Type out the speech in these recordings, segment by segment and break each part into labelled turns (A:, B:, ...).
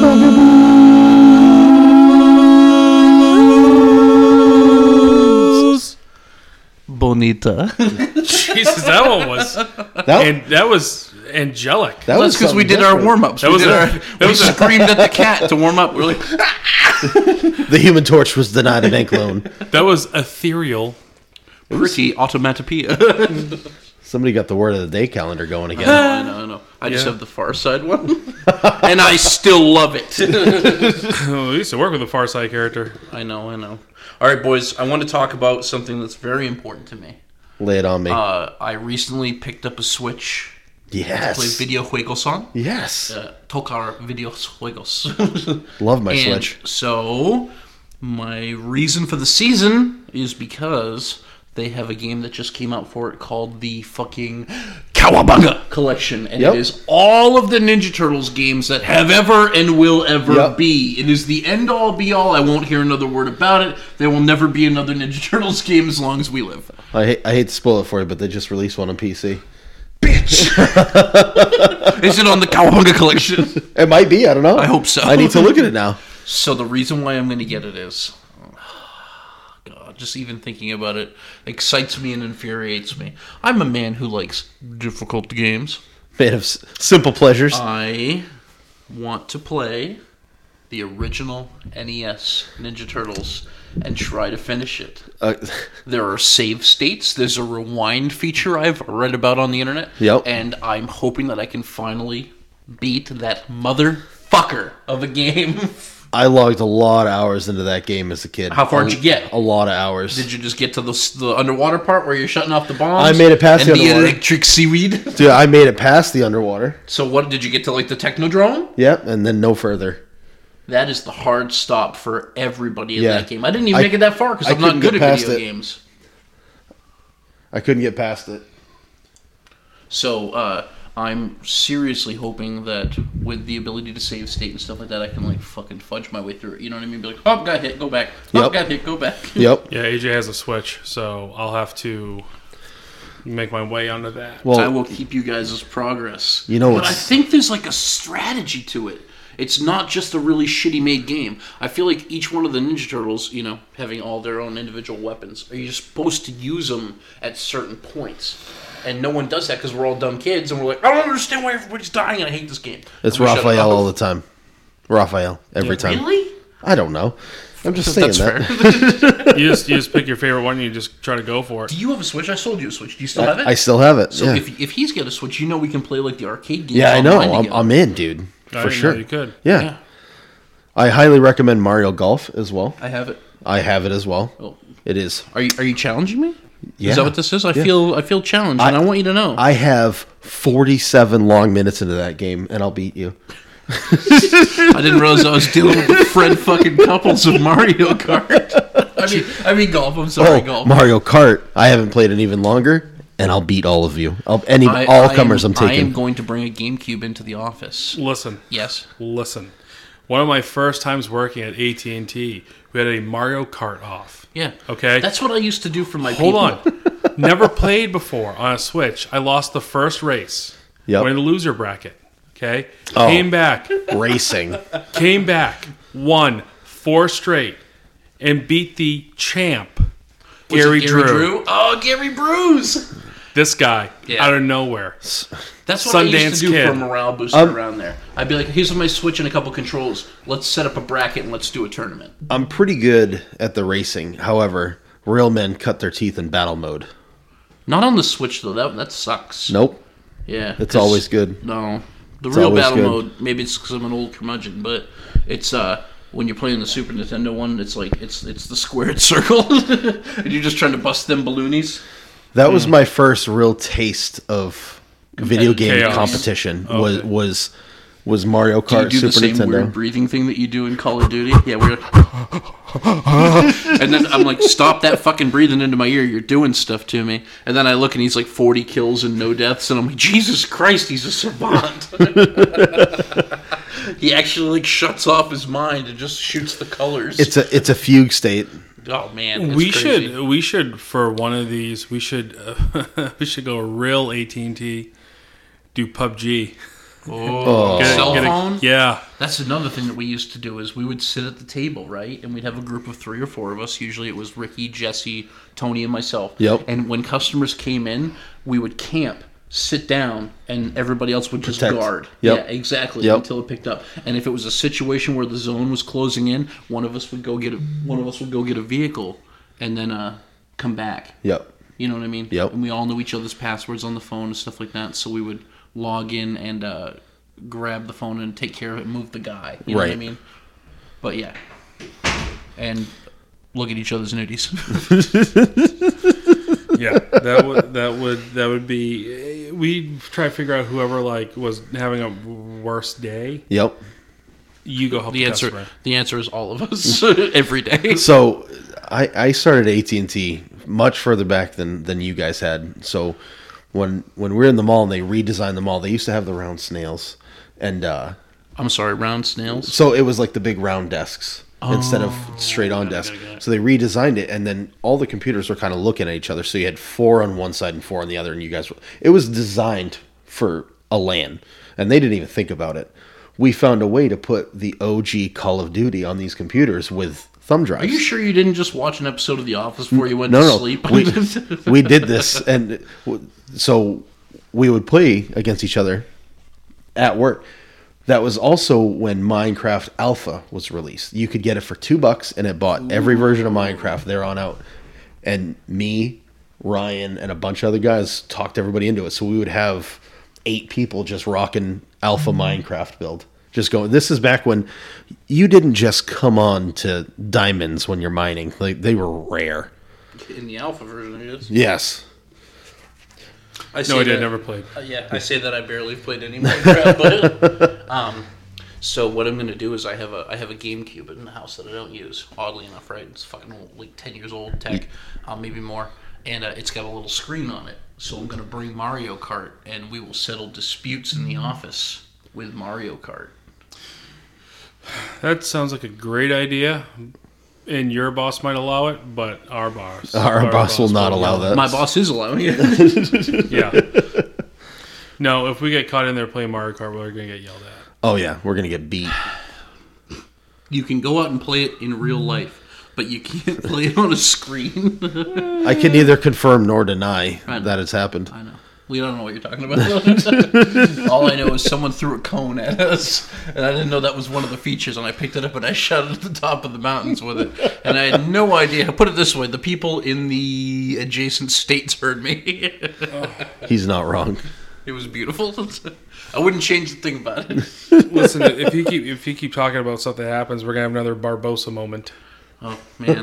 A: Bugaboo. Bugaboos. Bonita.
B: Jesus, that one was,
C: That,
B: and that was angelic.
C: that
D: That's because we
C: something
D: did our
C: different.
D: warm ups.
B: That
D: We,
B: was
D: did
B: a-
D: our-
B: that
D: we
B: was a-
D: screamed at the cat to warm up. We're like,
C: The Human Torch was denied a bank loan.
B: That was ethereal.
D: pretty automatopia.
C: Somebody got the word of the day calendar going again.
D: I know, I know. I just have the Far Side one, and I still love it.
B: Oh, we used to work with a Far Side character.
D: I know, I know. All right, boys. I want to talk about something that's very important to me.
C: Lay it on me.
D: Uh, I recently picked up a Switch. I Play
C: yes.
D: video juegos on.
C: Yes.
D: Uh, tocar videos juegos.
C: Love my
D: and
C: Switch.
D: so, my reason for the season is because they have a game that just came out for it called the fucking Cowabunga Collection, and
C: Yep.
D: it is all of the Ninja Turtles games that have ever and will ever
C: Yep.
D: be. It is the end all be all. I won't hear another word about it. There will never be another Ninja Turtles game as long as we live.
C: I hate, I hate to spoil it for you, but they just released one on PC.
D: Is it on the Cowabunga Collection?
C: It might be. I don't know.
D: I hope so.
C: I need to look at it now.
D: So the reason why I'm going to get it is, God, just even thinking about it excites me and infuriates me. I'm a man who likes difficult games.
C: Man of s- simple pleasures.
D: I want to play the original NES Ninja Turtles and try to finish it.
C: Uh,
D: There are save states. There's a rewind feature I've read about on the internet.
C: Yep.
D: And I'm hoping that I can finally beat that motherfucker of a game.
C: I logged a lot of hours into that game as a kid.
D: How far
C: A-
D: did you get?
C: A lot of hours.
D: Did you just get to the, the underwater part where you're shutting off the bombs?
C: I made it past
D: and
C: the underwater.
D: electric seaweed.
C: Dude, I made it past the underwater.
D: So what did you get to like the technodrome?
C: Yep, and then no further.
D: That is the hard stop for everybody in
C: Yeah.
D: that game. I didn't even
C: I-
D: make it that far because
C: I
D: I'm not
C: couldn't get
D: good at
C: past
D: video
C: it.
D: games.
C: I couldn't get past it.
D: So uh, I'm seriously hoping that with the ability to save state and stuff like that, I can like fucking fudge my way through it. You know what I mean? Be like, oh, got hit, go back. Oh,
C: Yep.
D: got hit, go back.
C: Yep.
B: Yeah, AJ has a Switch, so I'll have to make my way onto that.
C: Well,
D: I will keep you guys' progress.
C: You know
D: but I
C: what's-
D: think there's like a strategy to it. It's not just a really shitty made game. I feel like each one of the Ninja Turtles, you know, having all their own individual weapons, are you supposed to use them at certain points? And no one does that because we're all dumb kids and we're like, I don't understand why everybody's dying and I hate this game.
C: it's
D: And we shut it
C: Raphael
D: off.
C: all the time. Raphael every time.
D: Really?
C: I don't know. I'm just saying
D: That's
C: that.
D: fair.
B: You just you just pick your favorite one and you just try to go for it.
D: Do you have a Switch? I sold you a Switch. Do you still have it?
C: I, I still have it.
D: so
C: yeah.
D: if, if he's got a Switch, you know we can play like the arcade games.
C: yeah, I know.
D: online
C: I'm,
D: together.
C: I'm in, dude.
B: I
C: For
B: didn't
C: sure.
B: know you could.
C: Yeah.
D: Yeah.
C: I highly recommend Mario Golf as well.
D: I have it.
C: I have it as well.
D: Oh.
C: It is.
D: Are you are you challenging me?
C: Yeah.
D: Is that what this is? I feel I feel challenged, and I want you to know.
C: I have 47 long minutes into that game, and I'll beat you.
D: I didn't realize I was dealing with the Fred fucking couples of Mario Kart. I mean, I mean golf. I'm sorry,
C: Oh,
D: golf.
C: Mario Kart. I haven't played it even longer, and I'll beat all of you. I'll, any
D: I-
C: all
D: I
C: comers
D: am-
C: I'm taking.
D: I am going to bring a GameCube into the office.
B: Listen,
D: Yes.
B: listen. One of my first times working at AT and T, we had a Mario Kart off.
D: Yeah.
B: Okay.
D: That's what I used to do for my.
B: Hold
D: people.
B: on. Never played before on a Switch. I lost the first race.
C: Yep.
B: Went in the loser bracket. Okay.
C: Oh.
B: Came back.
C: Racing.
B: Came back. Won four straight. And beat the champ.
D: Was it
B: Gary, Drew.
D: Oh, Gary Brews.
B: This guy
D: Yeah.
B: out of nowhere.
D: That's what I
B: Sundance
D: used to do
B: Kid.
D: for morale boosting
C: Um,
D: around there. I'd be like, "Here's my Switch and a couple controls. Let's set up a bracket and let's do a tournament."
C: I'm pretty good at the racing. However, real men cut their teeth in battle mode.
D: Not on the Switch though. That that sucks.
C: Nope.
D: Yeah,
C: It's
D: 'cause-
C: always good.
D: No, the real
C: always
D: battle
C: good.
D: mode. Maybe it's because I'm an old curmudgeon, but it's uh when you're playing the Super Nintendo one. It's like it's it's the squared circle, and you're just trying to bust them balloonies.
C: That was my first real taste of video game
B: Chaos.
C: competition. Was was was Mario Kart
D: you do the
C: Super
D: same weird
C: Nintendo?
D: breathing thing that you do in Call of Duty. Yeah, we're. and then I'm like, stop that fucking breathing into my ear. You're doing stuff to me. And then I look and he's like 40 kills and no deaths, and I'm like, Jesus Christ, he's a savant. he actually like shuts off his mind and just shoots the colors.
C: It's a it's a fugue state.
D: oh man, it's
B: we
D: crazy.
B: should we should for one of these we should uh, we should go real AT and T, do PUBG.
D: Oh,
B: Get it-
D: cell
B: get it-
D: phone.
B: yeah.
D: That's another thing that we used to do is we would sit at the table, right? And we'd have a group of three or four of us. Usually it was Ricky, Jesse, Tony, and myself.
C: Yep.
D: And when customers came in, we would camp, sit down, and everybody else would just
C: Protect.
D: guard.
C: Yep.
D: Yeah, exactly.
C: Yep.
D: Until it picked up. And if it was a situation where the zone was closing in, one of us would go get a one of us would go get a vehicle and then uh come back.
C: Yep.
D: You know what I mean?
C: Yep.
D: And we all knew each other's passwords on the phone and stuff like that. So we would log in and uh, grab the phone and take care of it, move the guy. You know what I
C: Right.
D: mean? But yeah. And look at each other's nudies.
B: yeah, that would that would that would be. We try to figure out whoever like was having a worse day.
C: Yep.
B: You go help the,
D: the answer
B: customer.
D: the answer is all of us every day.
C: So I, I started AT and T much further back than than you guys had. So when when we were in the mall and they redesigned the mall, they used to have the round snails, and uh,
D: I'm sorry, round snails.
C: so it was like the big round desks instead of
D: Oh.
C: straight on desks. So they redesigned it, and then all the computers were kind of looking at each other. So you had four on one side and four on the other, and you guys were. It was designed for a LAN, and they didn't even think about it. We found a way to put the OG Call of Duty on these computers with thumb drives.
D: Are you sure you didn't just watch an episode of The Office before you went
C: no,
D: to
C: no.
D: sleep?
C: We, we did this, and w- so we would play against each other at work. That was also when Minecraft Alpha was released. You could get it for two bucks, and it bought every version of Minecraft there on out. And me, Ryan, and a bunch of other guys talked everybody into it. So we would have eight people just rocking Alpha
D: Mm-hmm.
C: Minecraft build. Just going. This is back when you didn't just come on to diamonds when you're mining. Like they were rare.
D: In the alpha version, it is.
C: Yes.
D: I say
B: No, I did
D: that-
B: never played.
D: Uh, yeah, I say that I barely played any Minecraft, but um, so what I'm gonna do is I have a I have a GameCube in the house that I don't use. Oddly enough, right? It's fucking old, like ten years old tech, um, maybe more, and uh, it's got a little screen on it. So I'm gonna bring Mario Kart, and we will settle disputes in the office with Mario Kart.
B: That sounds like a great idea, and your boss might allow it, but our boss,
C: Our, boss, will not allow that.
D: My boss is allowing it.
B: Yeah. No, if we get caught in there playing Mario Kart, we're gonna get yelled at.
C: Oh yeah, we're gonna get beat.
D: you can go out and play it in real life. But you can't play it on a screen.
C: I can neither confirm nor deny
D: know.
C: that it's happened.
D: I know. We don't know what you're talking about. All I know is someone threw a cone at us, and I didn't know that was one of the features. And I picked it up and I shot it at the top of the mountains with it, and I had no idea. Put it this way: the people in the adjacent states heard me.
C: He's not wrong.
D: it was beautiful. I wouldn't change a thing about it.
B: Listen, if you keep if you keep talking about stuff that happens, we're gonna have another Barbosa moment.
D: Oh man,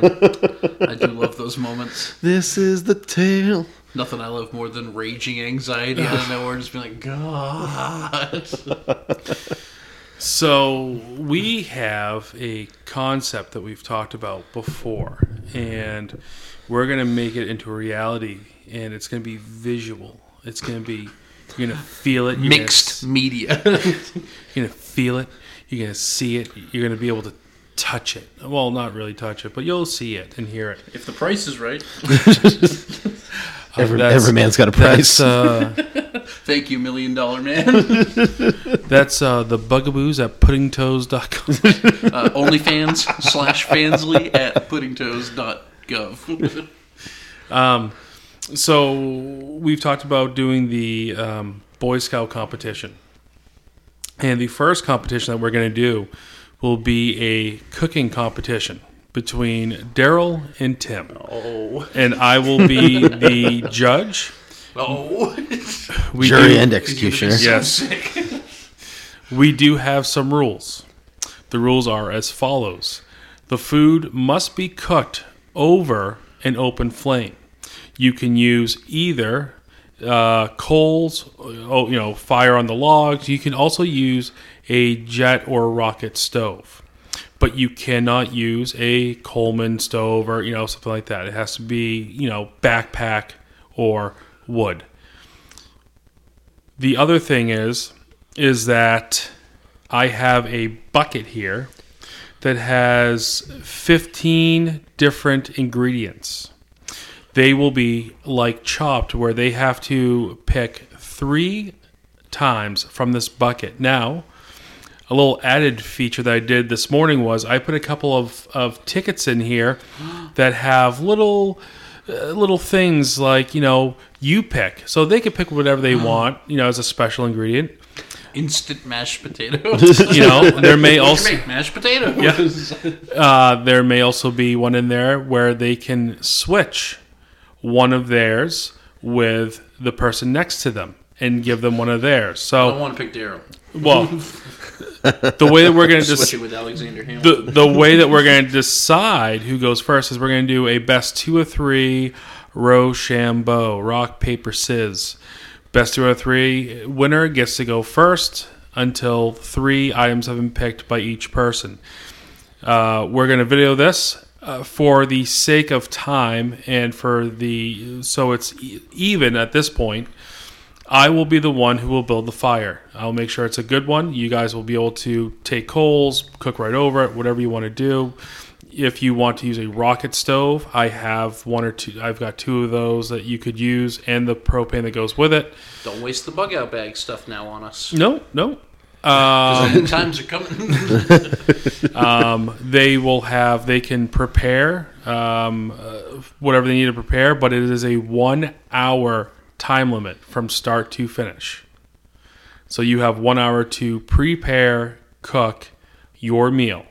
D: I do love those moments.
C: This is the tale.
D: Nothing I love more than raging anxiety out of nowhere, just being like, God.
B: So we have a concept that we've talked about before, and we're gonna make it into a reality, and it's gonna be visual. It's gonna be you're gonna feel it. You're gonna
D: Mixed media.
B: You're gonna feel it. You're gonna see it. You're gonna be able to touch it. Well, not really touch it, but you'll see it and hear it.
D: if the price is right.
C: Every,
B: that's-
C: every man's got a
B: That's
C: price.
B: uh,
D: Thank you, Million Dollar Man.
B: that's uh, the bugaboos at puddingtoes.com.
D: uh, OnlyFans slash Fansly at puddingtoes.gov.
B: so we've talked about doing the um, Boy Scout competition, and the first competition that we're gonna do will be a cooking competition between Daryl and Tim,
D: Oh.
B: and I will be the judge.
D: Oh.
B: We
C: Jury
B: do-
C: and executioner.
B: Yes. we do have some rules. The rules are as follows The food must be cooked over an open flame. You can use either uh, coals, oh, you know, fire on the logs. You can also use a jet or rocket stove, but you cannot use a Coleman stove or you know something like that. It has to be you know backpack or wood. The other thing is, is that I have a bucket here that has 15 different ingredients. They will be like chopped, where they have to pick three times from this bucket. Now, a little added feature that I did this morning was I put a couple of, of tickets in here that have little uh, little things like you know you pick, so they can pick whatever they want. You know, as a special ingredient.
D: Instant mashed potatoes.
B: You know, there may also
D: Make mashed potatoes.
B: uh, there may also be one in there where they can switch one of theirs with the person next to them and give them one of theirs.
D: I
B: So,
D: want to pick Daryl.
B: well, the way that we're going to
D: Switch
B: just
D: it with Alexander Hamilton.
B: the, the way that we're going to decide who goes first is we're going to do a best two or three Rochambeau, rock paper scissors. Best two or three winner gets to go first until three items have been picked by each person. Uh, we're going to video this uh, for the sake of time and for the so it's e- even at this point. I will be the one who will build the fire. I'll make sure it's a good one. You guys will be able to take coals, cook right over it, whatever you want to do. If you want to use a rocket stove, I have one or two. I've got two of those that you could use, and the propane that goes with it.
D: Don't waste the bug out bag stuff now on us.
B: No, no. Um,
D: times are coming.
B: um, they will have they can prepare um, uh, whatever they need to prepare but it is a one hour time limit from start to finish so you have one hour to prepare cook your meal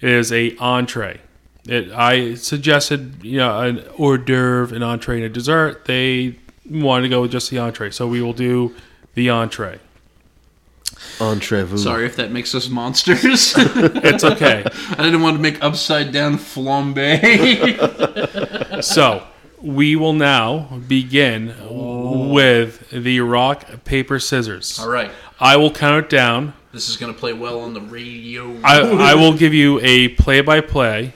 B: it is a entree it, i suggested you know an hors d'oeuvre an entree and a dessert they wanted to go with just the entree so we will do the entree
C: Entree vous.
D: Sorry if that makes us monsters.
B: it's okay
D: I didn't want to make upside down flambe.
B: So we will now begin with the rock paper scissors.
D: All right,
B: I will count it down.
D: this is gonna play well on the radio.
B: I, I will give you a play by play,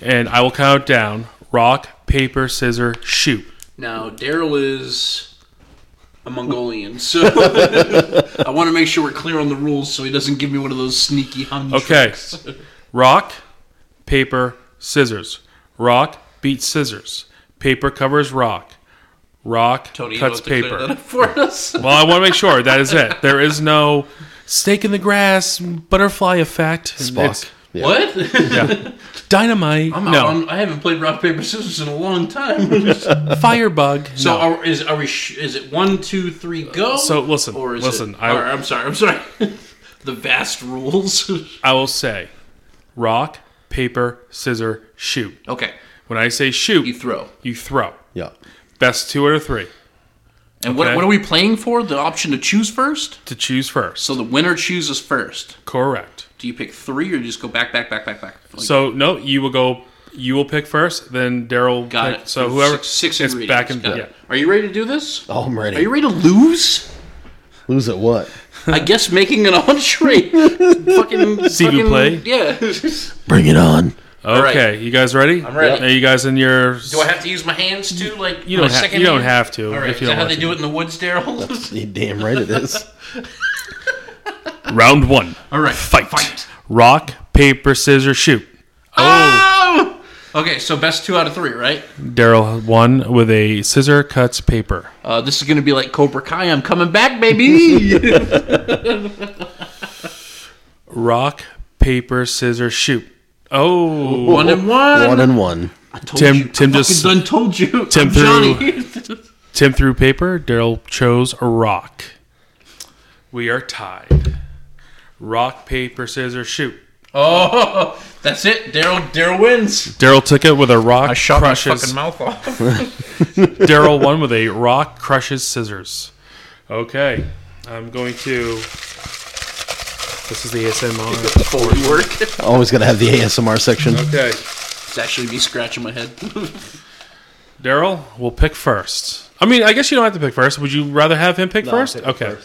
B: and I will count it down. Rock paper scissors shoot.
D: now Daryl is a Mongolian, so I want to make sure we're clear on the rules so he doesn't give me one of those sneaky hunch.
B: Okay. Rock paper scissors. Rock beats scissors. Paper covers rock. Rock
D: Tony, you
B: cuts
D: don't have to clear
B: paper.
D: that up for us.
B: Well, I want to make sure that is it. There is no snake in the grass, butterfly effect. It's
C: Spock. Yeah.
D: What?
B: dynamite.
D: I'm
B: no,
D: out on, I haven't played rock paper scissors in a long time.
B: firebug.
D: So
B: No. Uh,
D: are, is are we? Sh- is it one, two, three, go?
B: So, listen,
D: or is
B: listen,
D: It,
B: I-
D: or, I'm sorry. I'm sorry. the vast rules.
B: I will say, rock, paper, scissor, shoot.
D: okay,
B: When I say shoot,
D: you
B: you,
D: throw.
B: throw.
C: Yeah.
B: Best two out of three
D: And what,
B: Okay.
D: what are we playing for? The option to choose first.
B: to choose first.
D: So the winner chooses first.
B: Correct.
D: Do you pick three or do you just go back, back, back, back, back? Like,
B: So no, you will go. You will pick first. Then Daryl.
D: got
B: pick-
D: it.
B: So whoever
D: six, six
B: it's
D: ingredients.
B: back and
D: Got
B: yeah.
D: it. Are you ready to do this?
C: Oh, I'm
D: Are you
C: ready.
D: ready to lose?
C: Lose at what?
D: I guess making an entree. fucking.
B: See if
D: fucking-
B: you play.
D: Yeah.
C: Bring it on.
D: right.
B: Okay, you guys ready? I'm
D: ready.
B: Are you guys in your?
D: do I have to use my hands too? Like
B: you don't.
D: my
B: Ha-
D: second
B: you don't
D: hand?
B: have to.
D: All right.
B: if you
D: is that
B: don't
D: how
B: want
D: they
B: to.
D: do it in the woods, Daryl?
C: You damn right it is.
B: Round one.
D: All right.
B: Fight. Rock, paper, scissors, shoot.
D: Oh. Okay, so best two out of three, right?
B: Daryl won with a scissor cuts paper.
D: Uh, this is gonna be like Cobra Kai. I'm coming back, baby.
B: Rock, paper, scissors, shoot. Oh,
D: one and one.
C: One and one.
D: I told
B: Tim-
D: you.
B: Tim
D: I fucking
B: just-
D: done told you.
B: Tim
D: I'm Johnny.
B: Tim threw paper. Daryl chose a rock. We are tied. Rock, paper, scissors, shoot.
D: oh, that's it. Daryl. Daryl wins.
B: Daryl took it with a rock.
D: I shot my
B: crushes.
D: fucking mouth off.
B: Daryl won with a rock crushes scissors. Okay, I'm going to. This is the ASMR.
D: Forward work.
C: Always gonna have the ASMR section.
B: Okay,
D: It's actually me scratching my head.
B: Daryl will pick first. I mean, I guess you don't have to pick first. Would you rather have him pick first? okay.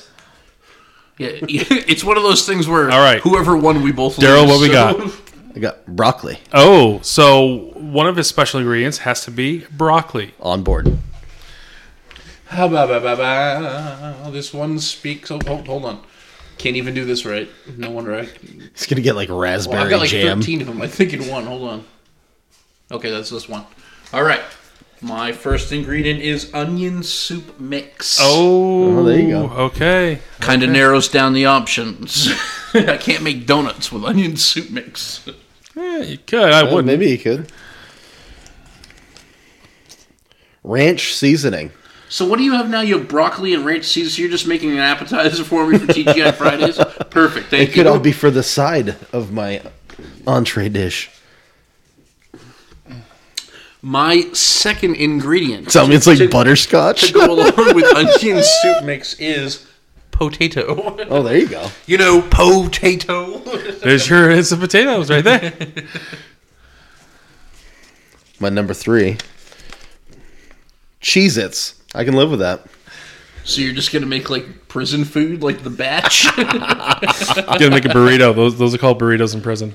D: yeah, it's one of those things where
B: All right.
D: whoever won, we both.
B: Daryl,
D: lose,
B: what we
D: so-
B: got?
C: I got broccoli
B: Oh, so one of his special ingredients has to be broccoli.
C: on board.
D: How ba ba ba ba. This one speaks. Oh, hold, hold on. Can't even do this right. No wonder I.
C: It's gonna get like
D: Well,
C: raspberry
D: I've got like
C: jam.
D: 13 of them. I think in one. Hold on. Okay, that's this one. All right. My first ingredient is onion soup mix.
B: Oh,
C: Oh, there you go.
B: Okay.
D: kind of narrows down the options. I can't make donuts with onion soup mix.
B: Yeah, you could. I
C: Well,
B: wouldn't.
C: maybe you could. Ranch seasoning.
D: So what do you have now? You have broccoli and ranch seasoning. You're just making an appetizer for me for TGI Fridays. Perfect. Thank
C: It
D: you.
C: could all be for the side of my entree dish.
D: My second ingredient.
C: Tell me it's like
D: to-
C: butterscotch.
D: to go along with onion soup mix is potato.
C: Oh, there you go.
D: You know, potato.
B: There's your instant potatoes right there.
C: My number three. Cheez Its. I can live with that.
D: so you're just gonna make like prison food, like the batch.
B: gonna make a burrito. Those those are called burritos in prison.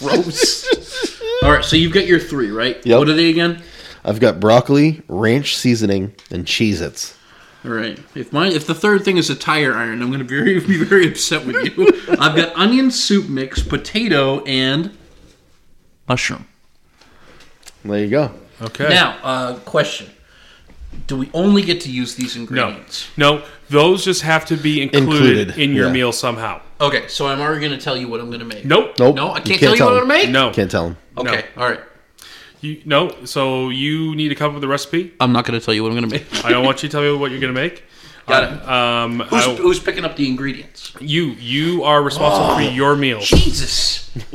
D: Gross. All right, so you've got your three, right?
C: Yep.
D: What are they again?
C: I've got broccoli, ranch seasoning, and Cheez Its.
D: All right. If my if the third thing is a tire iron, I'm gonna be very, be very upset with you. I've got onion soup mix, potato, and mushroom.
C: There you go.
B: Okay.
D: Now, uh, question: Do we only get to use these
B: no,
D: ingredients?
B: no, those just have to be included,
C: Included,
B: in your
C: yeah.
B: meal somehow.
D: Okay, so I'm already gonna tell you what I'm gonna make.
B: Nope.
C: Nope.
D: No, I can't, tell you what I'm Oh,
C: him.
D: gonna make.
B: No.
C: Can't tell him.
D: Okay. All right.
B: You, no. So you need to come up with a recipe.
D: I'm not gonna tell you what I'm gonna make.
B: I don't want you to tell me what you're gonna make.
D: Got it.
B: Um,
D: Who's,
B: I-
D: who's picking up the ingredients?
B: you you are responsible
C: Oh,
B: for your meal.
D: Jesus!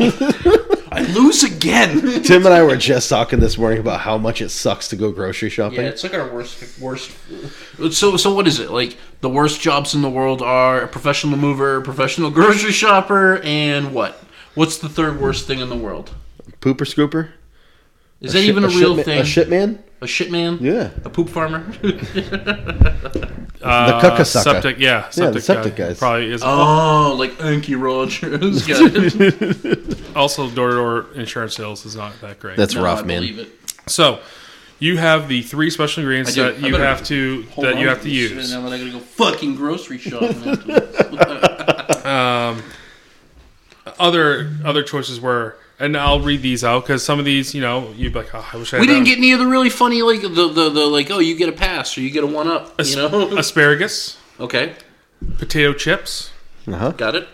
D: I lose again.
C: Tim and I were just talking this morning about how much it sucks to go grocery
D: Yeah,
C: shopping.
D: it's like our worst, worst. So, so what is it like? The worst jobs in the world are a professional mover, a professional grocery shopper, and what? What's the third worst thing in the world?
C: Pooper scooper?
D: Is that
C: Shit-
D: even a, real
C: shit ma-
D: thing?
C: A shit man?
D: A shit man?
C: Yeah.
D: A poop farmer?
B: Uh,
C: cucka sucka.
B: Septic. Yeah. Septic,
C: the septic
B: guy
C: guys.
B: Probably is.
D: oh, like Anki Rogers. Got it.
B: Also, door to door insurance sales is not that great.
C: That's
D: No,
C: rough,
D: I
C: man.
D: believe it.
B: so. You have the three special ingredients
D: I do.
B: that
D: I
B: you
D: better
B: have to
D: Hold
B: that
D: on
B: you have to
D: this shit,
B: use.
D: Now that I gotta go fucking grocery shopping. afterwards.
B: other other choices were, and I'll read these out because some of these, you know, you'd be like, oh, I wish I.
D: we
B: had
D: didn't
B: known."
D: get any of the really funny like the, the the like oh you get a pass or you get a one up you know
B: asparagus,
D: okay
B: potato chips,
C: Uh-huh.
D: got it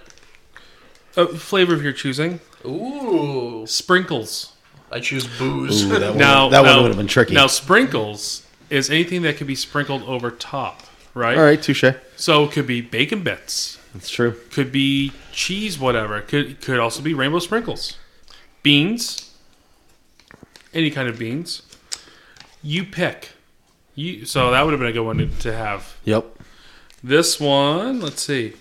B: a flavor of your choosing,
D: ooh
B: sprinkles.
D: I choose booze
C: Ooh, that one,
B: Now
C: that
B: now-
C: one would have been tricky.
B: Now sprinkles is anything that can be sprinkled over top, right?
C: All right, touche.
B: So it could be bacon bits,
C: That's true.
B: could be cheese, whatever. It Could could also be rainbow sprinkles, beans, any kind of beans. You pick. You so that would have been a good one to, to have.
C: Yep.
B: This one, let's see.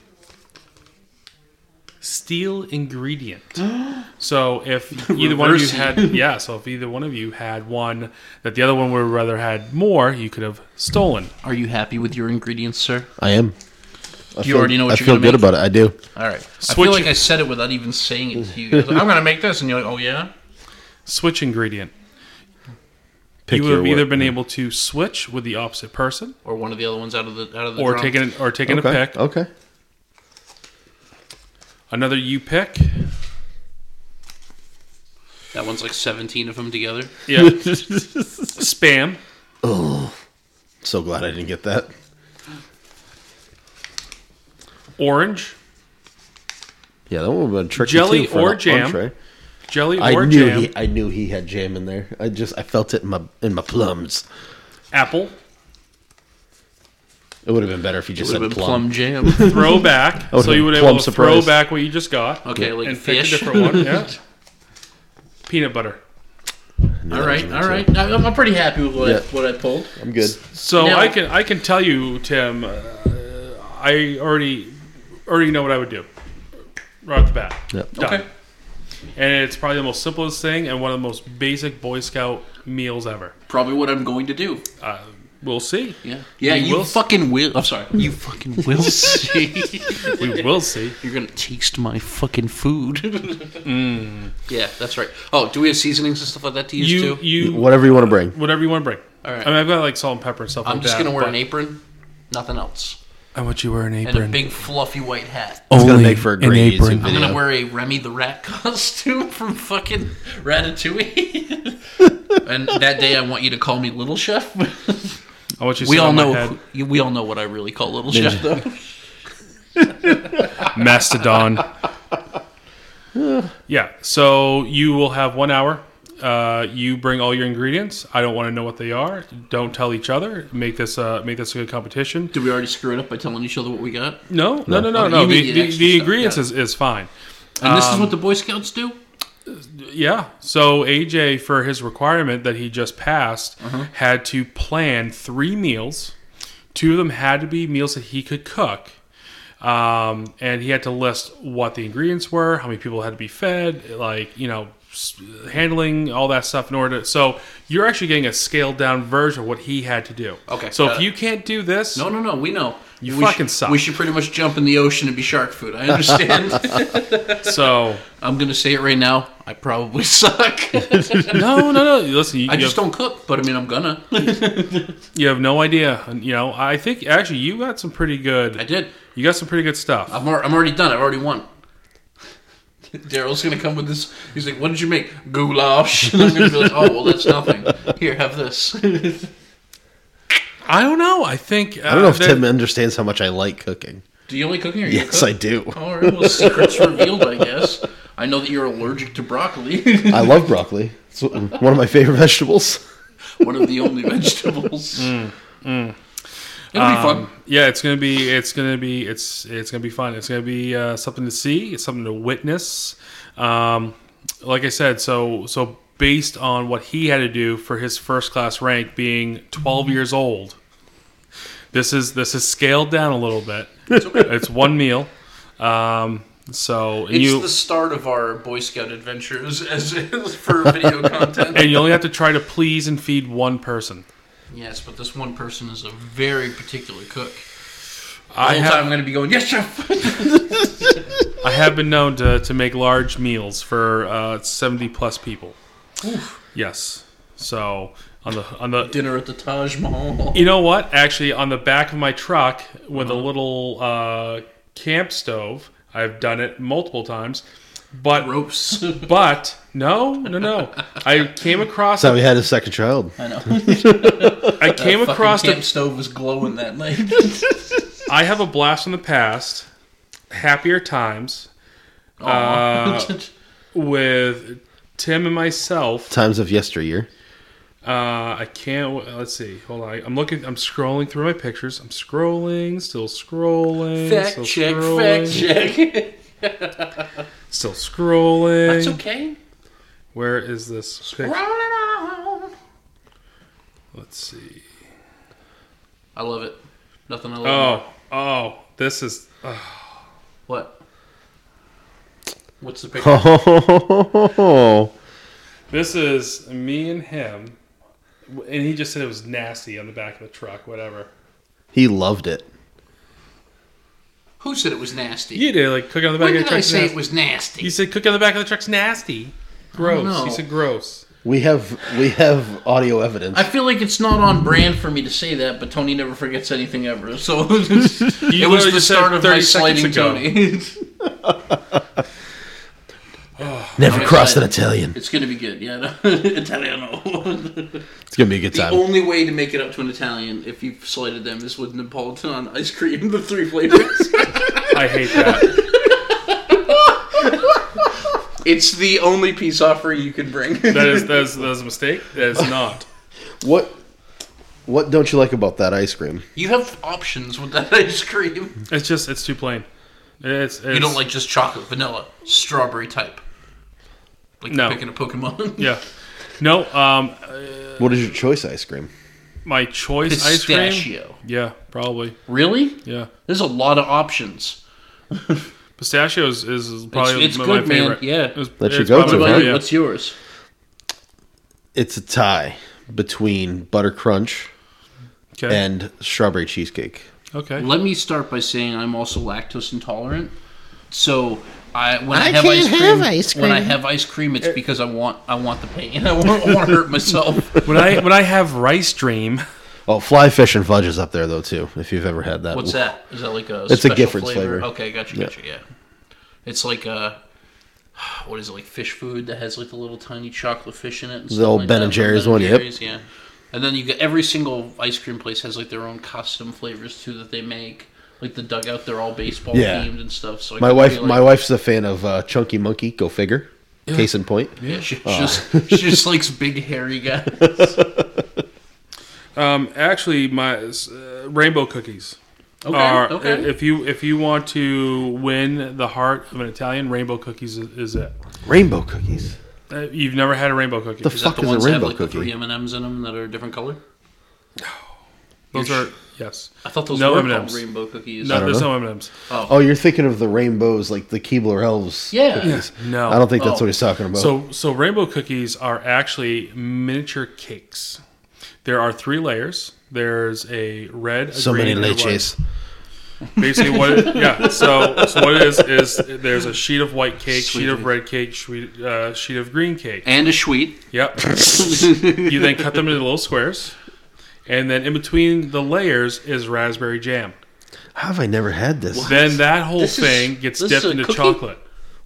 B: Steel ingredient. So if either one of you
D: Reverse
B: had yeah, so if either one of you had one that the other one would rather had more, you could have stolen.
D: are you happy with your ingredients sir
C: I am. I
D: You already know what
C: I
D: you're
C: feel
D: gonna
C: good
D: make.
C: about it. I do.
D: all right I
B: Switch
D: feel like
B: it.
D: I said it without even saying it to you I'm gonna make this and you're like oh yeah
B: Switch ingredient.
C: Pick
B: you would have
C: your
B: either
C: word.
B: been able to switch with the opposite person
D: or one of the other ones out of the out of the
B: or
D: drawer.
B: taking or taking
C: okay. Oh.
B: a pick.
C: Okay.
B: Another you pick.
D: that one's like 17 of them together
B: Yeah. Spam.
C: So glad I didn't get that.
B: Orange.
C: Yeah, that one would have been tricky
B: Jelly
C: too for
B: or
C: an
B: jam.
C: entree.
B: Jelly
C: I
B: or
C: knew
B: jam.
C: he I knew he had jam in there. I just I felt it in my in my plums.
B: Apple.
C: It would have been better if you just said
D: would have
C: plum.
D: been plum jam
B: Throw back.
C: would've
B: so you
C: been
B: would have
C: plum
B: able to throw
C: surprised.
B: back what you just got.
D: okay like
B: and
D: fish
B: pick a different one. Yeah. Peanut butter.
D: all right
C: one
D: all
C: too.
D: right I- I'm, I'm pretty happy with what, I,
C: Yeah.
D: what I pulled
C: I'm good.
B: So
D: Now-
B: I can I can tell you, Tim. Uh, I already already know what I would do right off the bat.
C: Yep.
B: Done.
D: Okay.
B: And it's probably the most simplest thing and one of the most basic Boy Scout meals ever.
D: probably what I'm going to do
B: Uh, we'll see.
D: Yeah. Yeah,
B: You
D: you,
B: will-
D: fucking will. I'm sorry. You fucking will see.
B: We will see.
D: You're going to taste my fucking food. Yeah, that's right. Oh, do we have seasonings and stuff like that to use
B: Mm. You
D: too?
B: you
C: Whatever you want to bring.
B: whatever you want to bring.
D: All right.
B: I mean, I've got like salt and pepper and stuff
D: I'm
B: like
D: just
B: that.
D: going to wear an
B: but-
D: apron, nothing else.
B: I want you to wear an
D: and a
B: apron.
D: big fluffy white hat.
C: It's gonna
B: Only
C: make for a
B: an
C: great
B: apron.
C: YouTube
D: I'm
C: Yeah.
D: gonna wear a Remy the Rat costume from fucking Ratatouille. and that day, I want you to call me Little Chef.
B: I want you to
D: we
B: sit
D: all
B: on my
D: know
B: head.
D: who- we all know what I really call Little Chef, though.
B: Mastodon. yeah. So you will have one hour. Uh, you bring all your ingredients. I don't want to know what they are. Don't tell each other. Make this uh, make this a good competition.
D: Did we already screw it up by telling each other what we got?
B: No, no, no, no,
D: Okay,
B: no.
D: you mean
B: The,
D: the
B: the,
D: extra
B: the
D: stuff,
B: ingredients
D: yeah.
B: is, is fine.
D: And this is what the Boy Scouts do.
B: Yeah. So AJ, for his requirement that he just passed,
D: Uh-huh.
B: had to plan three meals. Two of them had to be meals that he could cook. Um, and he had to list what the ingredients were, how many people had to be fed, like, you know, s- handling all that stuff in order to. So you're actually getting a scaled down version of what he had to do.
D: Okay,
B: So
D: got
B: if
D: it.
B: you can't do this,
D: No, no, no. We know.
B: You
D: we
B: fucking
D: should,
B: suck.
D: We should pretty much jump in the ocean and be shark food. I understand.
B: so.
D: I'm gonna say it right now. I probably suck.
B: No, no, no. Listen, you,
D: I
B: you
D: just
B: have,
D: don't cook, but I mean, I'm gonna.
B: you have no idea. And, You know, I think actually you got some pretty good.
D: I did.
B: You got some pretty good stuff.
D: I'm, al- I'm already done. I've already won. Daryl's gonna come with this. He's like, "What did you make? Goulash?" And I'm gonna be like, "Oh, well, that's nothing. Here, have this."
B: I don't know. I think uh,
C: I don't know if Tim understands how much I like cooking.
D: do you only cooking? Or you
C: Yes,
D: cook?
C: I do.
D: All right. Well, secrets revealed, I guess. I know that you're allergic to broccoli,
C: I love broccoli. It's one of my favorite vegetables.
D: one of the only vegetables. It'll be fun.
B: Yeah, it's gonna be. It's gonna be. It's it's gonna be fun. It's gonna be uh, something to see. It's something to witness. Um, like I said, so so based on what he had to do for his first class rank being 12
D: Mm-hmm.
B: years old, this is this is scaled down a little bit. It's, one meal. Um, so and
D: It's
B: you
D: the start of our Boy Scout adventures as for video content.
B: and you only have to try to please and feed one person.
D: Yes, but this one person is a very particular cook. The
B: I
D: whole
B: have-
D: time I'm going to be going, yes, chef.
B: I have been known to, to make large meals for uh, seventy plus people. Yes. So on the on the
D: Dinner at the Taj Mahal.
B: you know what? Actually, on the back of my truck with a little uh, camp stove, I've done it multiple times. But
D: Ropes.
B: but no no no, I came across
C: So we had a second child.
D: I know.
B: I came across
D: camp
B: a,
D: stove was glowing that night.
B: I have a blast from the past, happier times Uh,
D: Aw.
B: with Tim and myself
C: Times of yesteryear.
B: Uh, I can't. w- Let's see. Hold on. I'm looking. I'm scrolling through my pictures. I'm scrolling. Still scrolling.
D: fact
B: still
D: check,
B: scrolling,
D: fact check.
B: Still scrolling.
D: That's okay.
B: Where is this
D: Roll it
B: picture?
D: on.
B: Let's see.
D: I love it. Nothing I love. more.
B: Oh, oh, this is. Uh,
D: What? What's the picture?
C: Oh,
B: this is me and him, and he just said it was nasty on the back of the truck. Whatever.
C: he loved it.
D: Who said it was nasty?
B: You did like cooking on the back
D: when
B: of
D: did
B: the
D: I
B: truck's
D: say
B: nasty.
D: it was nasty?
B: You said cooking on the back of the truck's nasty. Gross.
D: know.
B: You said gross.
C: We have we have audio evidence.
D: I feel like it's not on brand for me to say that, but Tony never forgets anything ever. So it was
B: literally
D: the
B: just said
D: start of
B: 30
D: my
B: seconds
D: slighting
B: ago.
D: Tony.
C: Never
D: crossed
C: crossed
D: an
C: an Italian.
D: it's gonna be good, yeah. No. Italiano.
C: It's gonna be a good
D: the
C: time.
D: only way to make it up to an Italian if you've slighted them is with Napolitan ice cream, the three flavors.
B: I hate that.
D: it's the only peace offering you can bring.
B: that is that is that is a mistake. That is not.
C: what what don't you like about that ice cream?
D: you have options with that ice cream.
B: It's just it's too plain. It's, it's
D: You don't like just chocolate, vanilla, strawberry type. Like
B: No.
D: you're picking a Pokemon.
B: yeah. No, um,
C: What is your choice ice cream?
B: my choice ice cream.
D: Pistachio.
B: Yeah, probably.
D: Really?
B: Yeah,
D: There's a lot of options.
B: pistachios is is probably
D: it's
B: my,
D: good,
B: my
D: man.
B: favorite.
D: Yeah.
B: It's-
C: That's your
B: it's
C: go-to,
D: What
B: probably
D: about
B: my-
C: huh?
D: you?
B: yeah.
D: What's yours?
C: It's a tie between butter crunch
B: Okay.
C: and strawberry cheesecake.
B: okay.
D: Let me start by saying I'm also lactose intolerant. So I when I, have, ice cream, when I have ice cream,
C: Er
D: it's because I want I want the pain. I want, I want to hurt myself.
B: When I when I have rice dream,
C: Oh, fly fish and fudge is up there though too. If you've ever had that,
D: What's that? Is that like a?
C: It's a
D: special
C: Gifford's flavor.
D: Okay, gotcha, gotcha. Yeah, it's like uh what is it like fish food that has like the little tiny chocolate fish in it? And stuff
C: old
D: like
C: Ben
D: that,
C: and
D: from
C: Jerry's one, yep.
D: yeah. And then you get every single ice cream place has like their own custom flavors too that they make. Like the dugout, they're all baseball
C: Yeah.
D: themed and stuff. So I
C: My
D: could
C: wife,
D: feel like-
C: my wife's a fan of uh, Chunky Monkey. Go figure. Case in point.
D: yeah, she
C: Uh.
D: just she just likes big hairy guys.
B: Um, actually, my uh, rainbow cookies.
D: Okay,
B: are-
D: okay.
B: If you if you want to win the heart of an Italian, rainbow cookies is, is it.
C: Rainbow cookies.
B: Uh, you've never had a rainbow cookie.
C: The
D: Is
C: fuck
D: that the
C: is a
D: ones that have
C: rainbow
D: like
C: cookie?
D: the three M and M's in them that are a different color?
B: Those are yes.
D: I thought those
B: No
D: were
B: M&Ms.
D: called rainbow cookies.
B: No, there's
C: know.
B: no M Ms.
C: Oh, you're thinking of the rainbows, like the Keebler elves.
D: Yeah.
C: cookies.
B: No.
C: I don't think that's
D: Oh.
C: what he's talking about.
B: So so rainbow cookies are actually miniature cakes. There are three layers. There's a red, a
C: so
B: green,
C: many
B: and a white.
C: leches.
B: Basically, what it, yeah. So, so what it is is there's a sheet of white cake, sheet of red cake, sheet, uh, sheet of green cake.
D: And a sweet.
B: Yep. you then cut them into little squares, and then in between the layers is raspberry jam.
C: How have I never had this?
B: Then that whole
D: This is-
B: thing gets
D: this
B: dipped
D: is a
B: into
D: cookie?
B: chocolate.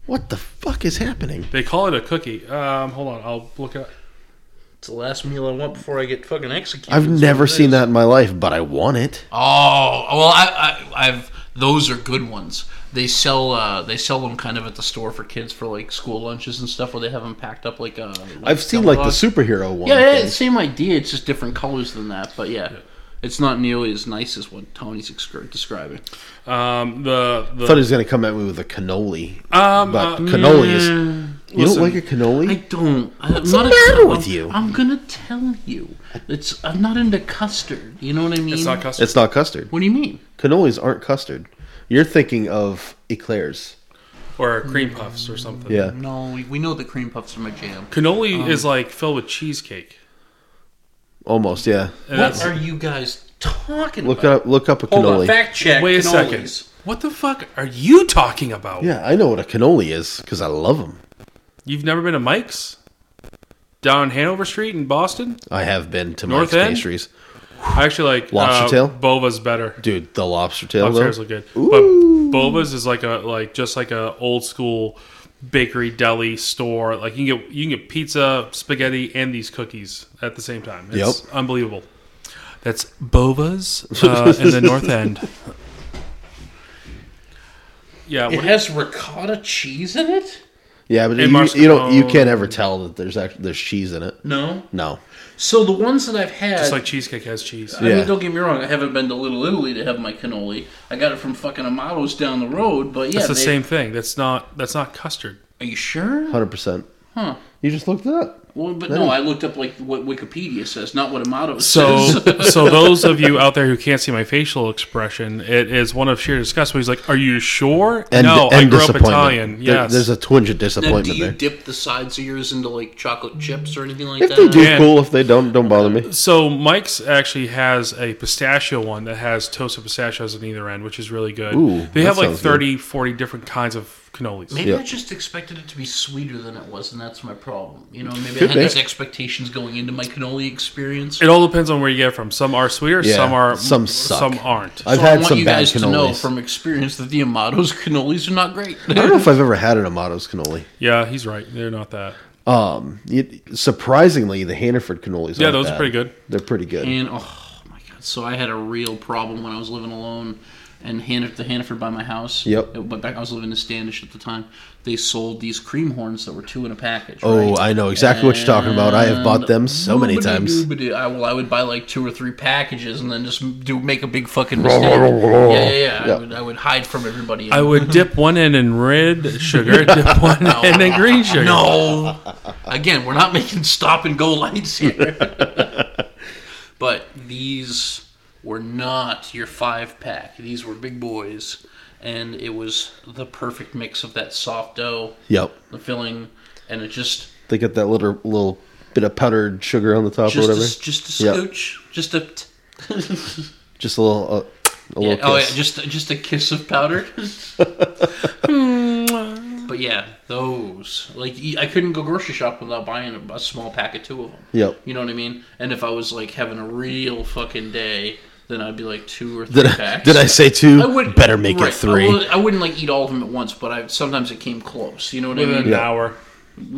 C: What the fuck is happening?
B: They call it a cookie. Um, hold on, I'll look it up.
D: It's the last meal I want before I get fucking executed.
C: I've
D: That's
C: never
D: what it
C: seen
D: is.
C: that in my life, but I want it.
D: Oh well, I, I I've those are good ones. They sell uh, they sell them kind of at the store for kids for like school lunches and stuff where they have them packed up like. Uh, like
C: I've seen like the
D: Zellbox.
C: superhero one.
D: yeah, yeah,
C: thing.
D: it's same idea. It's just different colors than that, but yeah. It's not nearly as nice as what Tony's ex- describing.
B: Um, the
C: I thought he
B: the
C: was gonna come at me with a cannoli,
B: um,
C: but
B: uh,
C: cannoli is. You don't
B: listen.
C: like a cannoli?
D: I don't. What's
C: the
D: not
C: matter
D: cu-
C: with
D: I'm-
C: you?
D: I'm gonna tell you. It's I'm not into custard. You know what I mean?
B: it's not custard.
C: it's not custard.
D: What do you mean?
C: Cannolis aren't custard. You're thinking of eclairs.
B: or cream puffs or something.
C: Yeah.
D: Uh, No, we, we know the cream puffs are my jam.
B: Cannoli
D: Um,
B: is like filled with cheesecake.
C: Almost, yeah.
D: what
B: And that's,
D: are you guys talking
C: Look
D: about?
C: up look up a
D: Hold on,
C: cannoli.
D: fact check.
B: wait a
D: cannolis.
B: second. What the fuck are you talking about?
C: yeah, I know what a cannoli is because I love them.
B: You've never been to Mike's down Hanover Street in Boston?
C: I have been to
B: North
C: Mike's
B: End?
C: pastries.
B: I actually like
C: Lobster
B: uh,
C: tail?
B: Bova's better.
C: Dude, the lobster tail though.
B: Lobsters look good, but Bova's is like a like just like a old school bakery deli store. Like you can get you can get pizza, spaghetti, and these cookies at the same time. It's
C: Yep.
B: unbelievable. That's Bova's uh, in the North End. Yeah,
D: It
B: what,
D: has ricotta cheese in it?
C: Yeah, but you,
B: And
C: you don't you
B: mascarpone.
C: can't ever tell that there's actually there's cheese in it.
D: No.
C: No.
D: So the ones that I've had,
B: it's like cheesecake has cheese.
D: I
C: Yeah.
D: mean, don't get me wrong, I haven't been to Little Italy to have my cannoli. I got it from fucking Amato's down the road, but yeah,
B: That's the
D: they-
B: same thing. That's not that's not custard.
D: Are you sure?
C: Hundred percent.
D: Huh.
C: You just looked it up.
D: Well, but no, I looked up like what Wikipedia says, not what Amato's
B: So,
D: says.
B: so those of you out there who can't see my facial expression, it is one of sheer disgust. Where he's like, "Are you sure?"
C: And,
B: no,
C: and
B: I grew up
C: disappointment.
B: Italian.
C: There-
B: Yes,
C: there's a twinge of
D: Now, do
C: disappointment
D: you
C: there.
D: dip the sides of yours into like chocolate chips or anything like
C: if
D: that?
C: they do,
B: Yeah.
C: cool. If they don't, don't bother me.
B: So Mike's actually has a pistachio one that has toasted pistachios on either end, which is really good.
C: Ooh,
B: they
C: that
B: have like
C: sounds
B: 30, 40 different kinds of cannolis.
D: Maybe
C: Yeah.
D: I just expected it to be sweeter than it was, and that's my problem. You know, maybe
C: Could
D: I had
C: be.
D: these expectations going into my cannoli experience.
B: It all depends on where you get it from. Some are sweeter,
C: Yeah,
B: some are
C: some suck.
B: some aren't.
C: I've
D: so I
C: had
D: want
C: some
D: you
C: bad
D: guys
C: cannolis.
D: to know from experience that the Amato's cannolis are not great.
C: I don't know if I've ever had an Amato's cannoli.
B: Yeah, he's right. They're not that.
C: Um, it, surprisingly, the Hannaford cannolis.
B: Yeah,
C: aren't
B: those are
C: bad.
B: pretty good.
C: They're pretty good.
D: and oh my god, so I had a real problem when I was living alone. And Hannaford, the Hannaford by my house.
C: Yep.
D: But back I was living in Standish at the time. They sold these cream horns that were two in a package.
C: oh,
D: right?
C: I know exactly what you're talking about. I have bought them so many
D: Boobity
C: times.
D: boobity. I, uh, well, I would buy like two or three packages and then just do make a big fucking mistake. yeah, yeah, yeah.
C: Yeah.
D: I, would, I would hide from everybody.
B: I would dip one end in red sugar, dip one end in green sugar.
D: no. Again, we're not making stop and go lights here. but these were not your five pack. These were big boys, and it was the perfect mix of that soft dough,
C: Yep,
D: the filling, and it just
C: they got that little little bit of powdered sugar on the top or
D: just
C: whatever.
D: a, just a
C: Yeah.
D: scooch, just a. T- Oh,
C: just a little, uh, a little
D: Yeah, oh yeah,
C: kiss.
D: just just a kiss of powder. but But yeah, those like y- I couldn't go grocery shop without buying a, a small pack of two of them.
C: Yep.
D: You know what I mean? And if I was like having a real fucking day, then I'd be like two or three
C: Did I,
D: packs.
C: did I say two?
D: I would
C: Better make
D: right,
C: it three.
D: I, would, I wouldn't like eat all of them at once, but I sometimes it came close. You know what I
B: Within
D: mean?
B: an hour.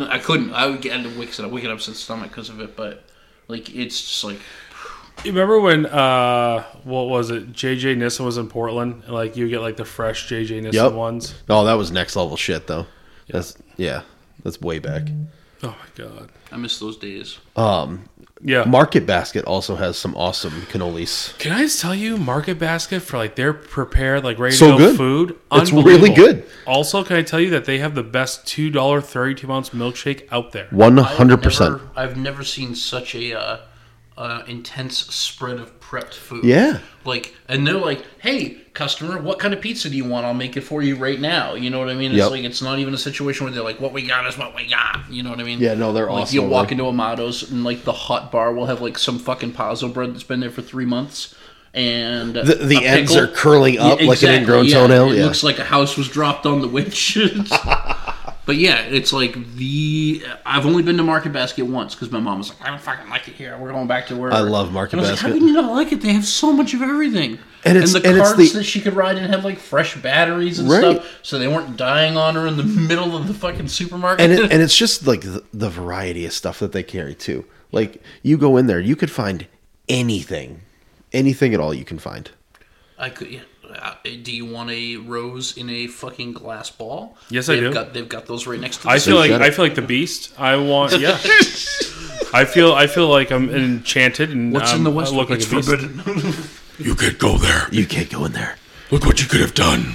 D: I couldn't. I would get end up waking up, waking up since stomach because of it. But like, it's just like
B: You remember when uh what was it? JJ Nissen was in Portland and like you get like the fresh JJ Nissen
C: Yep.
B: ones.
C: Oh, that was next level shit though. That's yeah. That's way back.
B: Oh my god.
D: I miss those days.
C: Um,
B: Yeah.
C: Market Basket also has some awesome cannolis.
B: Can I just tell you, Market Basket for like their prepared, like ready
C: So
B: to go
C: good.
B: food,
C: It's really
B: unbelievable.
C: good.
B: Also, can I tell you that they have the best two dollar thirty two ounce milkshake out there?
C: One
D: I've
C: hundred percent.
D: never- I've never seen such a uh, uh, intense spread of prepped food.
C: Yeah.
D: Like, and they're like, "Hey, customer, what kind of pizza do you want? I'll make it for you right now." You know what I mean? It's
C: Yep.
D: like it's not even a situation where they're like, "What we got is what we got." You know what I mean?
C: Yeah, no, they're
D: like,
C: awesome
D: You
C: over
D: walk
C: there.
D: into Amato's and like the hot bar will have like some fucking pazzo bread that's been there for three months. And
C: The- the
D: a
C: ends
D: pickle.
C: are curling up like an ingrown toenail,
D: It
C: yeah.
D: looks like a house was dropped on the winch. But yeah, it's like the. I've only been to Market Basket once because my mom was like, "I don't fucking like it here. We're going back to where."
C: I love Market
D: and I was Like, How
C: Basket.
D: can you not like it? They have so much of everything.
C: And it's-
D: the
C: and it's
D: carts
C: the-
D: that she could ride and had like fresh batteries and
C: Right.
D: stuff, so they weren't dying on her in the middle of the fucking supermarket.
C: And it, and it's just like the, the variety of stuff that they carry too. Like you go in there, you could find anything, anything at all you can find.
D: I could. Yeah. Uh, Do you want a rose in a fucking glass ball?
B: Yes, I
D: they've
B: do.
D: Got, they've got those right next to. The
B: I feel
C: you
B: like
C: got
B: I
C: it.
B: feel like the beast. I want yeah. I feel I feel like I'm enchanted and
D: What's
B: um,
D: in the West?
B: I look like
D: It's
B: a beast.
D: forbidden.
E: You can't go there.
C: You can't go in there.
E: Look what you could have done.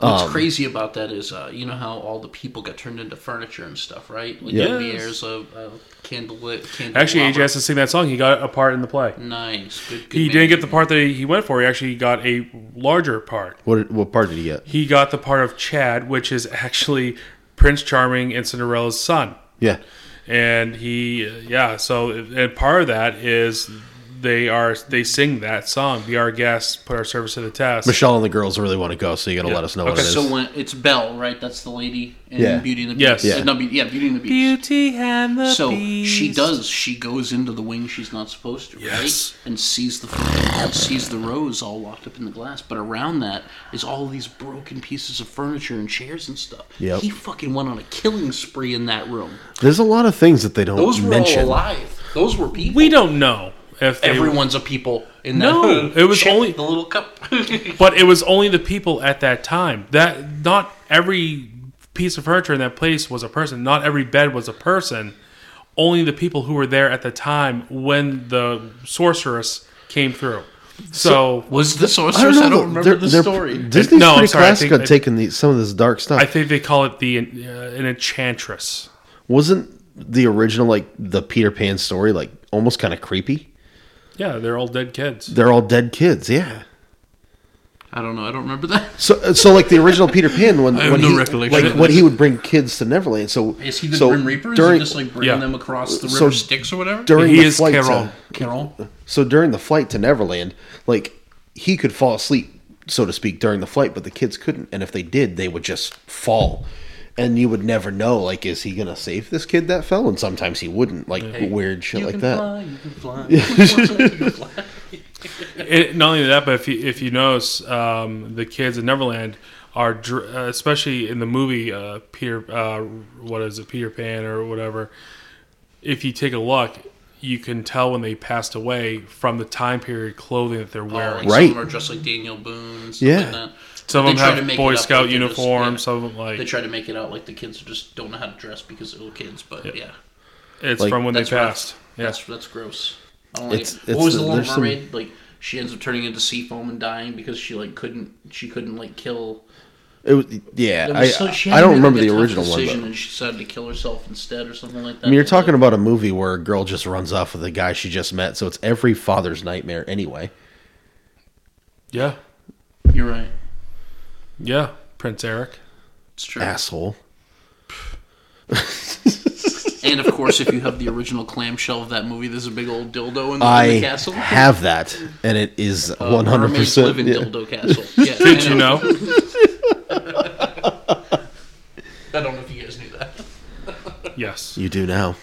C: Um,
D: What's crazy about that is, uh, you know how all the people got turned into furniture and stuff, right? Like
C: Yeah.
D: yes. Lumineers of, of candlelit. Candelabra.
B: Actually, AJ has to sing that song. He got a part in the play.
D: nice. Good, good
B: He
D: man.
B: didn't get the part that he went for. He actually got a larger part.
C: What did- what part did he get?
B: He got the part of Chad, which is actually Prince Charming and Cinderella's son.
C: Yeah,
B: and he uh, yeah so and part of that is they are they sing that song be our guest put our service to the test
C: Michelle and the girls really want to go, so you got to let us know what
B: Okay.
C: it is.
D: So when it's Belle, right? That's the lady in
C: Yeah.
D: Beauty and the Beast.
B: Yes.
D: Yeah.
B: Yeah.
D: No, Be- yeah, Beauty and the Beast.
B: beauty and the
D: so she does. She goes into the wing she's not supposed to,
B: Yes.
D: right? And sees the fucking- sees the rose all locked up in the glass. But around that is all these broken pieces of furniture and chairs and stuff.
C: Yep.
D: He fucking went on a killing spree in that room.
C: There's a lot of things that they don't
D: Those were
C: mention.
D: all alive. Those were people.
B: we don't know if they,
D: Everyone's a people in that.
B: No, it was
D: Shit,
B: only-
D: the little cup.
B: but it was only the people at that time that not every piece of furniture in that place was a person not every bed was a person only the people who were there at the time when the sorceress came through so
D: was the
C: I don't
D: sorceress?
C: know.
D: I don't
C: though.
D: remember
C: They're-
D: the
C: they're-
D: story.
C: Disney's
B: No, I'm
C: pretty
B: sorry, I
C: classic
B: think-
C: on
B: I-
C: taking the, some of this dark stuff.
B: I think they call it the uh, an enchantress.
C: Wasn't the original like the Peter Pan story like almost kind of creepy?
B: Yeah, they're all dead kids.
C: They're all dead kids. Yeah.
D: I don't know. I don't remember that.
C: So, so like the original Peter Pan when
D: I have
C: when
D: no
C: he,
D: recollection
C: like
D: of
C: when
D: this.
C: he would bring kids to Neverland. So
D: Is he the
C: so
D: Grim Reaper?
C: during
D: is he just like bringing
B: yeah.
D: them across the
C: So
D: river Styx or whatever?
C: during
B: He
C: the
B: is
C: flight
B: Carol.
C: To,
D: Carol.
C: so during the flight to Neverland, like he could fall asleep, so to speak, during the flight, but the kids couldn't. And if they did, they would just fall. And you would never know, like, is he gonna save this kid that fell? And sometimes he wouldn't, like weird shit
D: You
C: like
D: can
C: that.
D: fly. You can fly. You can fly.
B: It, not only that, but if you, if you notice, um, the kids in Neverland are, dr- uh, especially in the movie uh, Peter, uh, what is it, Peter Pan or whatever. If you take a look, you can tell when they passed away from the time period clothing that they're
D: Oh, like
B: wearing.
C: Right.
D: Some are dressed like Daniel Boone. and stuff
C: Yeah.
D: Like that.
B: Some
D: They
B: of
D: try
B: them
D: to
B: have
D: make
B: Boy
D: it up,
B: Scout
D: like they're just-
B: uniforms.
D: yeah.
B: Some of them
D: They
B: like
D: try to make it out like the kids just don't know how to dress because they're little kids. But yeah,
B: it's
C: like-
B: from when they
D: That's rough.
B: passed. Yeah.
D: that's that's gross. I don't like
C: It's-
D: it.
C: it's
D: what was
C: the-
D: the, Little
C: there's some-
D: Mermaid? Like she ends up turning into sea foam and dying because she like couldn't she couldn't like kill.
C: It was, yeah,
D: It
C: I,
D: was so- she had
C: I
D: to
C: don't
D: make,
C: remember
D: like, a
C: the
D: tough
C: original one. But,
D: decision
C: I
D: And she decided to kill herself instead or something like that.
C: mean, you're talking
D: Like,
C: about a movie where a girl just runs off with a guy she just met, so it's every father's nightmare anyway.
B: Yeah.
D: You're right.
B: Yeah. Prince Eric.
D: It's true.
C: Asshole.
D: And of course, if you have the original clamshell of that movie, there's a big old dildo in the, in
C: I
D: the castle.
C: have that, and it is
D: Uh,
C: 100.
D: mermaids live in
C: percent
D: dildo castle. Yeah,
B: Did
D: I
B: you know?
D: That
B: Yes.
C: You do now.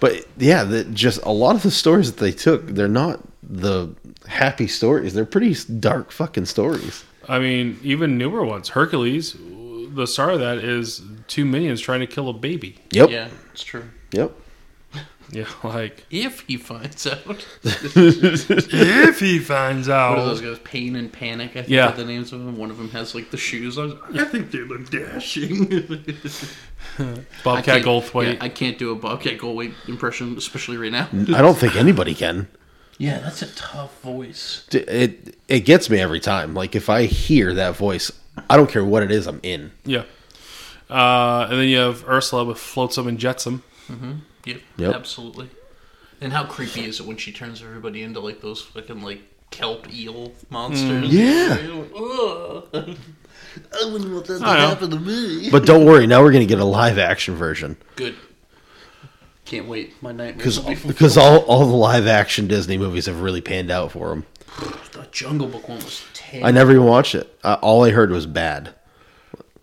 C: But yeah, the, just a lot of the stories that they took, they're not the happy stories. They're pretty s- dark fucking stories.
B: I mean, even newer ones. Hercules, the star of that is two minions trying to kill a baby.
C: Yep.
D: Yeah, it's true.
C: Yep.
B: Yeah, like.
D: If he finds out. What
B: if he finds
D: are
C: Oh.
D: those guys? Pain and Panic, I think
B: Yeah.
D: are the names of them. One of them has, like, the shoes on. I think they look dashing. I
B: Bobcat
D: can't-
B: Goldthwait.
D: yeah, I can't do a Bobcat Goldthwait impression, especially right now.
C: I don't think anybody can.
D: Yeah, that's a tough voice.
C: D- It it gets me every time. Like if I hear that voice, I don't care what it is, I'm in.
B: yeah. Uh, and then you have Ursula with Floatsam and Jetsam.
D: Yep,
C: Yep.
D: absolutely. And how creepy is it when she turns everybody into like those fucking like kelp eel monsters?
C: Mm. yeah.
D: Ugh. I wouldn't want that to
B: I know.
D: happen to me.
C: But don't worry, now we're gonna get a live action version
D: Good. Can't wait. My nightmares
C: because
D: will be fulfilled.
C: uh, because all all the live action Disney movies have really panned out for them.
D: the Jungle Book one was terrible.
C: I never even watched it. Uh, all I heard was bad.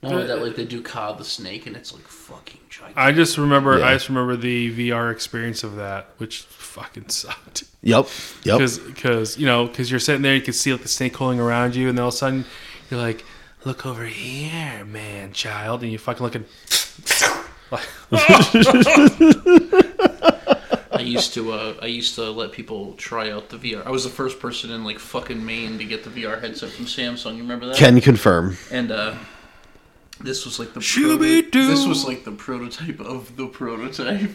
D: Not only that, like they do Cobb the Snake, and it's like fucking gigantic.
B: I just remember,
C: Yeah.
B: I just remember the VR experience of that, which fucking sucked.
C: Yep.
D: Oh.
C: Yep.
B: Because, you know, because you're sitting there, you can see like the snake coiling around you, and then all of a sudden, you're like, "Look over here, man, child," and you're fucking looking.
D: I used to, uh, I used to let people try out the VR. I was the first person in like fucking Maine to get the VR headset from Samsung. You remember that?
C: Can confirm.
D: and uh, this was like the
B: Shooby-doo.
D: this was like the prototype of the prototype.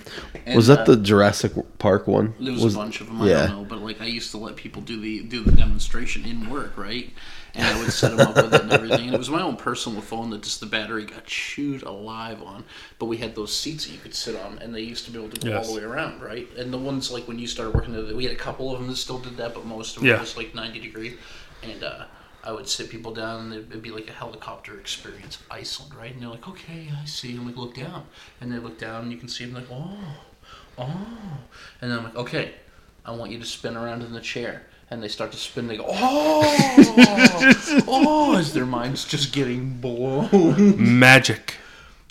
D: And,
C: Was that
D: uh,
C: the Jurassic Park one?
D: There was, a bunch of them. I
C: yeah.
D: don't know, but like I used to let people do the do the demonstration in work, right? And I would set them up with it and everything. And it was my own personal phone that just the battery got chewed alive on. But we had those seats that you could sit on, and they used to be able to go
B: Yes.
D: all the way around, right? And the ones like when you started working, there, we had a couple of them that still did that, but most of them
B: Yeah.
D: were just like ninety degree. And uh, I would sit people down, and it'd be like a helicopter experience, Iceland, right? And they're like, "Okay, I see." And we look down, and they look down, and you can see them like, "Oh." oh. And then I'm like, okay, I want you to spin around in the chair. And they start to spin. They go, oh, oh, as their mind's just getting blown.
B: Magic.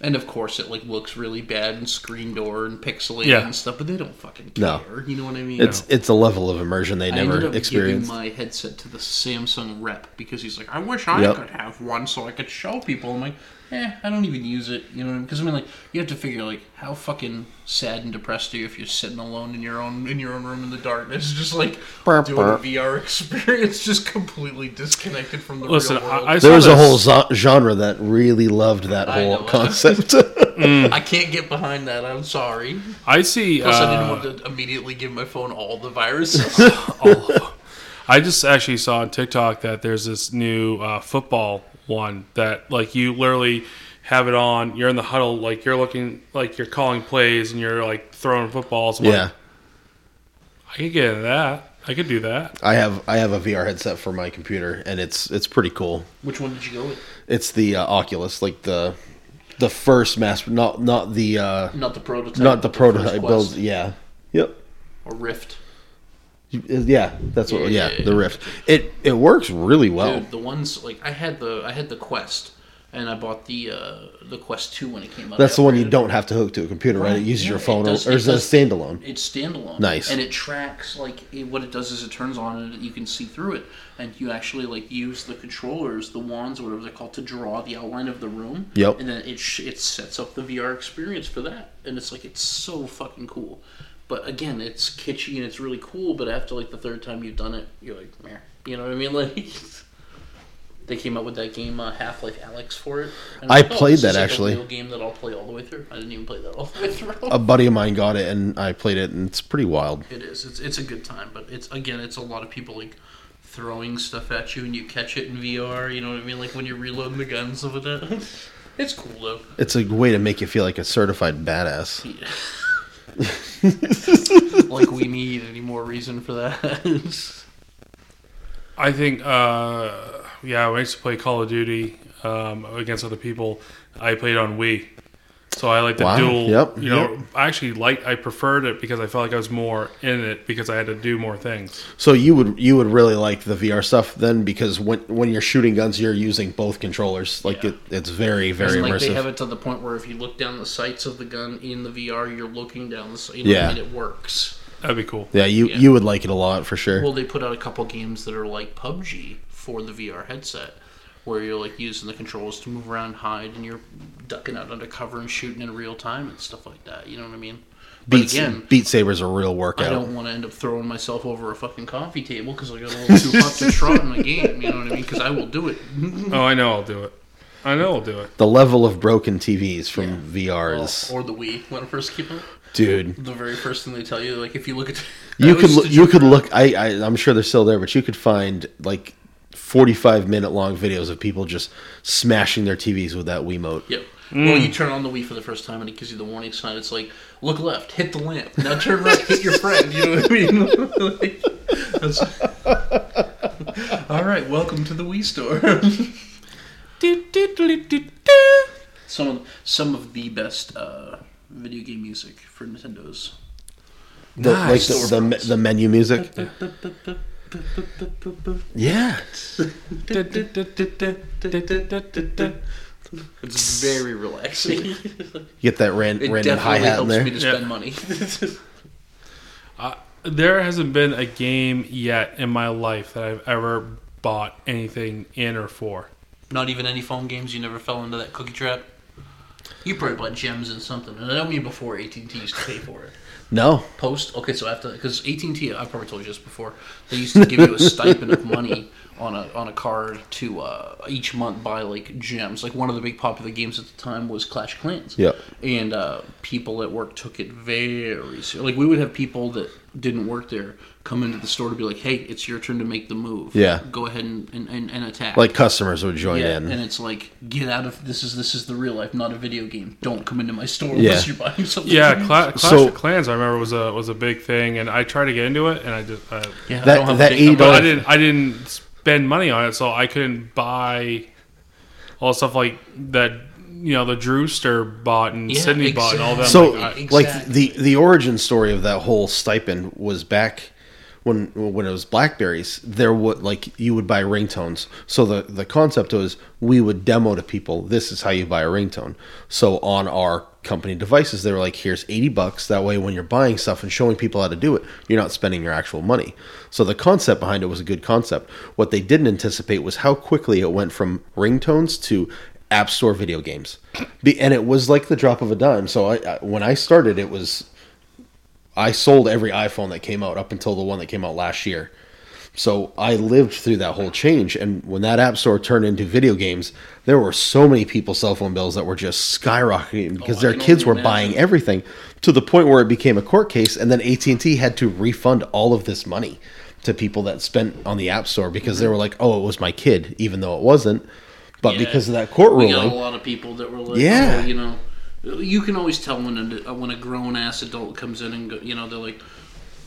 D: And of course, it like looks really bad and screen door and pixelated
B: Yeah.
D: and stuff. But they don't fucking care.
C: No.
D: You know what I mean?
C: It's it's a level of immersion they
D: I ended
C: never
D: up
C: experienced.
D: giving my headset to the Samsung rep because he's like, I wish I
C: Yep.
D: could have one so I could show people. I'm like, eh, I don't even use it. You know, because I mean, like, you have to figure like how fucking sad and depressed are you if you're sitting alone in your own in your own room in the darkness, just like
C: Burp,
D: doing a
C: burp.
D: VR experience, just completely disconnected from the
B: Listen,
D: real world.
B: I, I saw
C: there was a
B: this-
C: whole zo- genre that really loved that
D: I
C: whole
D: know.
C: concept.
D: I can't get behind that. I'm sorry.
B: I see.
D: Plus,
B: uh,
D: I didn't want to immediately give my phone all the viruses.
B: I just actually saw on TikTok that there's this new uh, football one that like you literally have it on. You're in the huddle, like you're looking, like you're calling plays, and you're like throwing footballs. I'm like,
C: yeah,
B: I could get into that. I could do that.
C: I have I have a VR headset for my computer, and it's it's pretty cool.
D: Which one did you go with?
C: It's the uh, Oculus, like the the first mass, not not the uh,
D: Not the prototype.
C: not the
D: but first
C: prototype e-
D: Quest
C: build. Yeah, yep.
D: or Rift.
C: You- Yeah, that's what.
D: Yeah,
C: Yeah,
D: yeah,
C: the
D: yeah.
C: Rift. It it works really well.
D: Dude, the ones like I had the I had the Quest, and I bought the uh, the Quest Two when it came out.
C: that's the one you
D: Upgraded.
C: don't have to hook to a computer, right? It uses
D: yeah,
C: your
D: it
C: phone,
D: does-
C: or,
D: it
C: or is it a
D: does-
C: standalone?
D: It's standalone.
C: Nice.
D: And it tracks like it, what it does is it turns on and you can see through it, and you actually like use the controllers, the wands, or whatever they're called, to draw the outline of the room.
C: Yep.
D: And then it sh- it sets up the VR experience for that, and it's like it's so fucking cool. But again, it's kitschy and it's really cool. But after like the third time you've done it, you're like, meh. You know what I mean? Like. They came out with that game uh, Half Life Alex for it. And
C: I
D: I'm like, "Oh,
C: played
D: this
C: that,
D: is, like, a
C: actually.
D: real game that I'll play all the way through. I didn't even play that all the way through.
C: a buddy of mine got it and I played it and it's pretty wild.
D: It is. It's it's a good time, but it's again, it's a lot of people like throwing stuff at you and you catch it in VR. You know what I mean? Like when you're reloading the guns stuff like that. It's cool though.
C: It's a way to make you feel like a certified badass.
D: like we need any more reason for that.
B: I think. Uh, yeah, when I used to play Call of Duty um, against other people, I played on Wii. So I like the
C: Wow.
B: dual.
C: Yep.
B: You know, I actually like. I preferred it because I felt like I was more in it because I had to do more things.
C: So you would you would really like the VR stuff then because when when you're shooting guns you're using both controllers like it, it's very very
D: It's like
C: immersive.
D: they have it to the point where if you look down the sights of the gun in the VR, you're looking down the sight. You know
C: Yeah.
D: what I mean? It works.
B: That'd be cool.
C: yeah, you
D: yeah.
C: you would like it a lot for sure.
D: Well, they put out a couple games that are like PUBG for the VR headset, where you're like using the controls to move around, hide, and you're ducking out under cover and shooting in real time and stuff like that. You know what I mean? But
C: Beat,
D: again,
C: Beat Saber's a real workout.
D: I don't want to end up throwing myself over a fucking coffee table because I got a little too pumped and strong in my game. You know what I mean? Because I will do it.
B: Oh, I know. I'll do it. I know. I'll do it.
C: the level of broken TVs from VR is
D: Or the Wii when it first came out.
C: dude.
D: The very first thing they tell you, like if you look at, I
C: You
D: always
C: could
D: used
C: look,
D: to
C: you
D: joke
C: could
D: around.
C: look. I, I I'm sure they're still there, but you could find like 45 minute long videos of people just smashing their TVs with that Wiimote.
D: Yep.
C: Mm.
D: Well, you turn on the Wii for the first time and it gives you the warning sign. It's like, look left, hit the lamp. Now turn right, hit your friend. You know what I mean? Like, that's- All right, welcome to the Wii store. some of some of the best uh, video game music for Nintendo's.
C: The,
D: Nice.
C: Like the, the, me- the menu music. Yeah.
D: It's very relaxing.
C: Get that ran,
D: It
C: random
D: definitely
C: hi hat in
D: helps
C: there.
D: me to
B: Yeah.
D: spend money.
B: There hasn't been a game yet in my life that I've ever bought anything in or for.
D: Not even any phone games. You never fell into that cookie trap. You probably bought gems and something, and I don't mean before AT and T used to pay for it.
C: No.
D: Post okay, so after because AT and T, I probably told you this before. They used to give you a stipend of money on a on a card to uh, each month buy like gems. Like one of the big popular games at the time was Clash of Clans.
C: Yeah.
D: and uh, people at work took it very seriously. Like we would have people that didn't work there come into the store to be like, "Hey, it's your turn to make the move.
C: Yeah.
D: go ahead and and, and, and attack."
C: Like customers would join
D: Yeah,
C: in.
D: and it's like get out of this is this is the real life, not a video game. Don't come into my store
C: Yeah.
D: unless you're buying something.
B: Yeah, Cla- Clash
C: So-
B: of Clans. I remember was a was a big thing, and I tried to get into it, and I just I,
D: yeah, I
C: That-
D: don't have
C: that
D: a big number.
B: but I
C: $8
B: didn't I didn't spend money on it, so I couldn't buy all the stuff like that. You know, the Drewster bought and
D: Yeah,
B: Sydney bought and all them.
C: so
B: like, I-
D: Exactly.
C: like the the origin story of that whole stipend was back when when it was blackberries there would like you would buy ringtones so the the concept was we would demo to people this is how you buy a ringtone so on our company devices they were like here's 80 bucks that way when you're buying stuff and showing people how to do it you're not spending your actual money so the concept behind it was a good concept what they didn't anticipate was how quickly it went from ringtones to app store video games Be, and it was like the drop of a dime so I, I when i started it was i sold every iphone that came out up until the one that came out last year so i lived through that whole change and when that app store turned into video games there were so many people's cell phone bills that were just skyrocketing because
D: Oh, I
C: their
D: can
C: kids were
D: only
C: buying
D: imagine.
C: everything to the point where it became a court case and then AT&T had to refund all of this money to people that spent on the app store because they were like oh it was my kid even though it wasn't but
D: Mm-hmm. Yeah.
C: because of that court
D: we
C: ruling
D: got a lot of people that were like,
C: Yeah.
D: oh, you know, you can always tell when a, when a grown ass adult comes in and go, you know, they're like,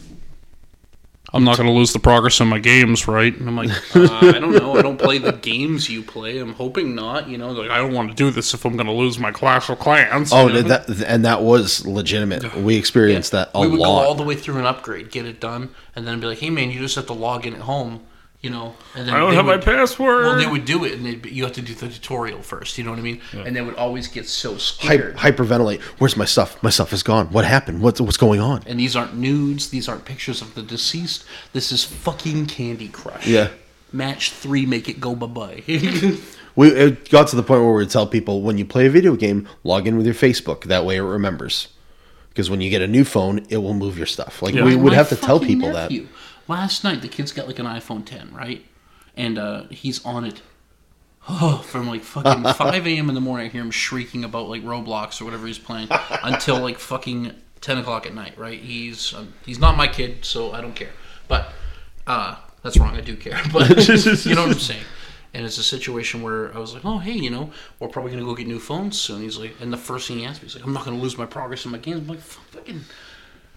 B: I'm not going to lose the progress on my games, right?
D: and I'm like, uh, I don't know, I don't play the games you play. I'm hoping not, you know, like I don't want
B: to do this if I'm going to lose my Clash of Clans.
C: Oh, did that and that was legitimate. We experienced that a
D: we would
C: lot.
D: go all the way through an upgrade, get it done, and then be like, hey man, you just have to log in at home, you know, and then
B: I don't
D: they
B: have my
D: would-
B: password.
D: Well, they would do it, and they'd be, you have to do the tutorial first. You know what I mean? And they would always get so
C: Hy-
D: scared.
C: hyperventilate. Where's my stuff? My stuff is gone. What happened? What's what's going on?
D: And these aren't nudes. These aren't pictures of the deceased. This is fucking Candy Crush.
C: Yeah.
D: Match three, make it go bye bye.
C: We it got to the point where we would tell people when you play a video game, log in with your Facebook. That way it remembers. Because when you get a new phone, it will move your stuff. Like we would have to tell people
D: that. Last night, the kid's got like an iPhone 10, right? And uh, he's on it. Oh, from like fucking 5 a.m. in the morning, I hear him shrieking about like Roblox or whatever he's playing until like fucking 10 o'clock at night, right? He's um, he's not my kid, so I don't care. But uh, that's wrong. I do care, but you know what I'm saying. And it's a situation where I was like, "Oh, hey, you know, we're probably gonna go get new phones soon." He's like, and the first thing he asked me, he's like, "I'm not gonna lose my progress in my games." I'm like, "Fucking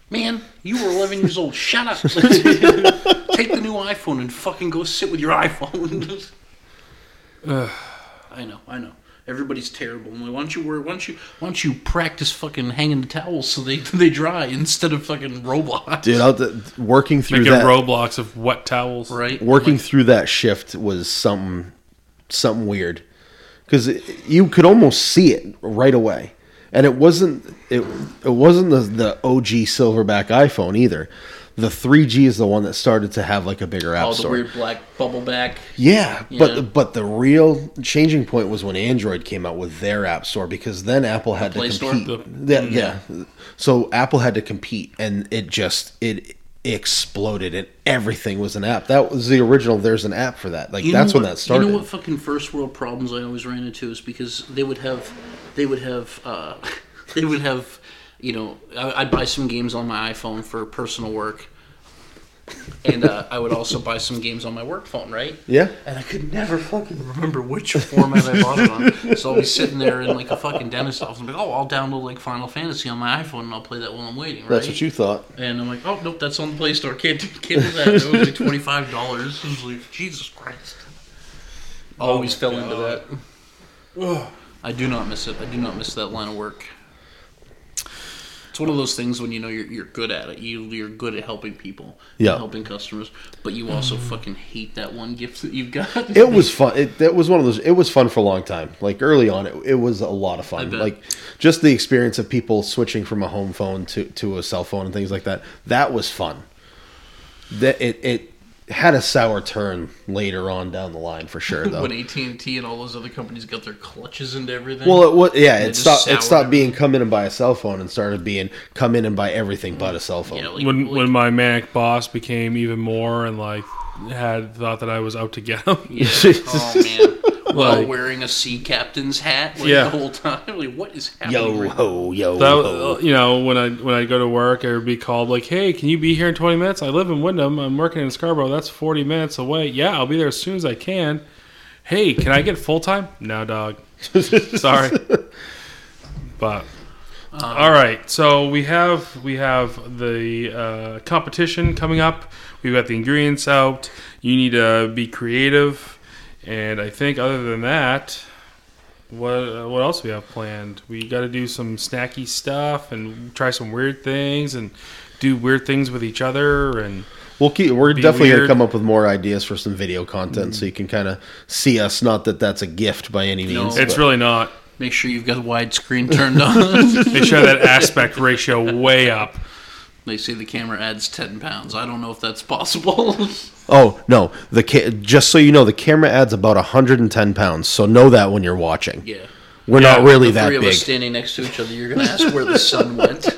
D: man, you were 11 years old. Shut up. Take the new iPhone and fucking go sit with your iPhone." I know, I know. Everybody's terrible. I'm like, why don't you wear? Why don't you? Why don't you practice fucking hanging the towels so they they dry instead of fucking Roblox?
C: Dude, I'll, th- working through
B: Making
C: that
B: Roblox of wet towels.
D: Right?
C: working through that shift was something something weird because you could almost see it right away and it wasn't it it wasn't the, the og silverback iphone either the 3g is the one that started to have like a bigger app
D: All the
C: store
D: weird black bubble back.
C: yeah,
D: Yeah.
C: but but the real changing point was when Android came out with their app store because then Apple had
D: Play
C: to
D: Store? Mm-hmm.
C: compete.
B: The-
C: yeah, yeah. So Apple had to compete, and it just it exploded, and everything was an app. That was the original. There's an app for that. Like
D: You
C: that's
D: know
C: when
D: what-
C: that started.
D: You know what fucking first world problems I always ran into is because they would have, they would have, uh, they would have, you know, I, I'd buy some games on my iPhone for personal work, and uh, I would also buy some games on my work phone, right?
C: Yeah.
D: And I could never fucking remember which format I bought it on, so I'll be sitting there in like a fucking dentist office, and be like, oh, I'll download like Final Fantasy on my iPhone and I'll play that while I'm waiting, right?
C: That's what you thought.
D: And I'm like, oh nope, that's on the Play Store. Can't do, can't do that. It was like twenty five dollars. I was like, Jesus Christ. Always fell into that. I do not miss it. I do not miss that line of work. It's one of those things when you know you're, you're good at it. You you're good at helping people,
C: Yeah.
D: helping customers, but you also
B: Mm.
D: fucking hate that one gift that you've got.
C: It was fun. It that was one of those. It was fun for a long time. Like early on, it, it was a lot of fun.
D: bet.
C: Like just the experience of people switching from a home phone to to a cell phone and things like that. That was fun. That it it had a sour turn later on down the line for sure though.
D: when AT and T and all those other companies got their clutches into everything.
C: well, it was yeah. It
D: just
C: stopped. It
D: soured
C: stopped being come in and buy a cell phone and started being come in and buy everything but a cell phone.
D: you know, like,
B: When
D: like-
B: when my manic boss became even more and like had thought that I was out to get him.
D: Yeah. oh man. While
B: Like-
D: wearing a sea captain's hat like,
B: Yeah.
D: the whole time. Like, what is happening?
C: Yo
D: right
C: ho yo
B: That
C: ho.
B: was- you know when I when I go to work, I would be called like, "Hey, can you be here in 20 minutes? I live in Wyndham. I'm working in Scarborough. That's 40 minutes away. Yeah, I'll be there as soon as I can. Hey, can I get full time? No, dog. Sorry. But all right, so we have we have the uh, competition coming up. We've got the ingredients out. You need to be creative, and I think other than that, what uh, what else we have planned? We got to do some snacky stuff and try some weird things and do weird things with each other and
C: We'll keep. We're
B: Be
C: definitely
B: weird.
C: gonna come up with more ideas for some video content, so you can kind of see us. Not that that's a gift by any
D: No.
C: means.
B: it's
C: but-
B: really not.
D: Make sure you've got widescreen turned on.
B: They show that aspect ratio way up.
D: they say the camera adds 10 pounds. I don't know if that's possible.
C: oh no, the ca- just so you know, the camera adds about 110 pounds. So know that when you're watching,
D: yeah.
C: we're not
B: Yeah,
C: really
D: the
C: that
D: three of
C: big.
D: us standing next to each other, you're going to ask where the sun went.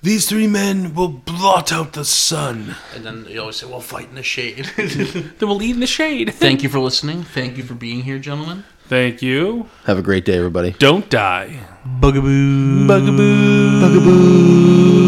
E: These three men will blot out the sun.
D: and then you always say, well, fight in the shade.
B: Then we'll eat in the shade.
D: Thank you for listening. Thank you for being here, gentlemen.
B: Thank you.
C: Have a great day, everybody.
B: Don't die.
A: Bugaboo. Bugaboo. Bugaboo.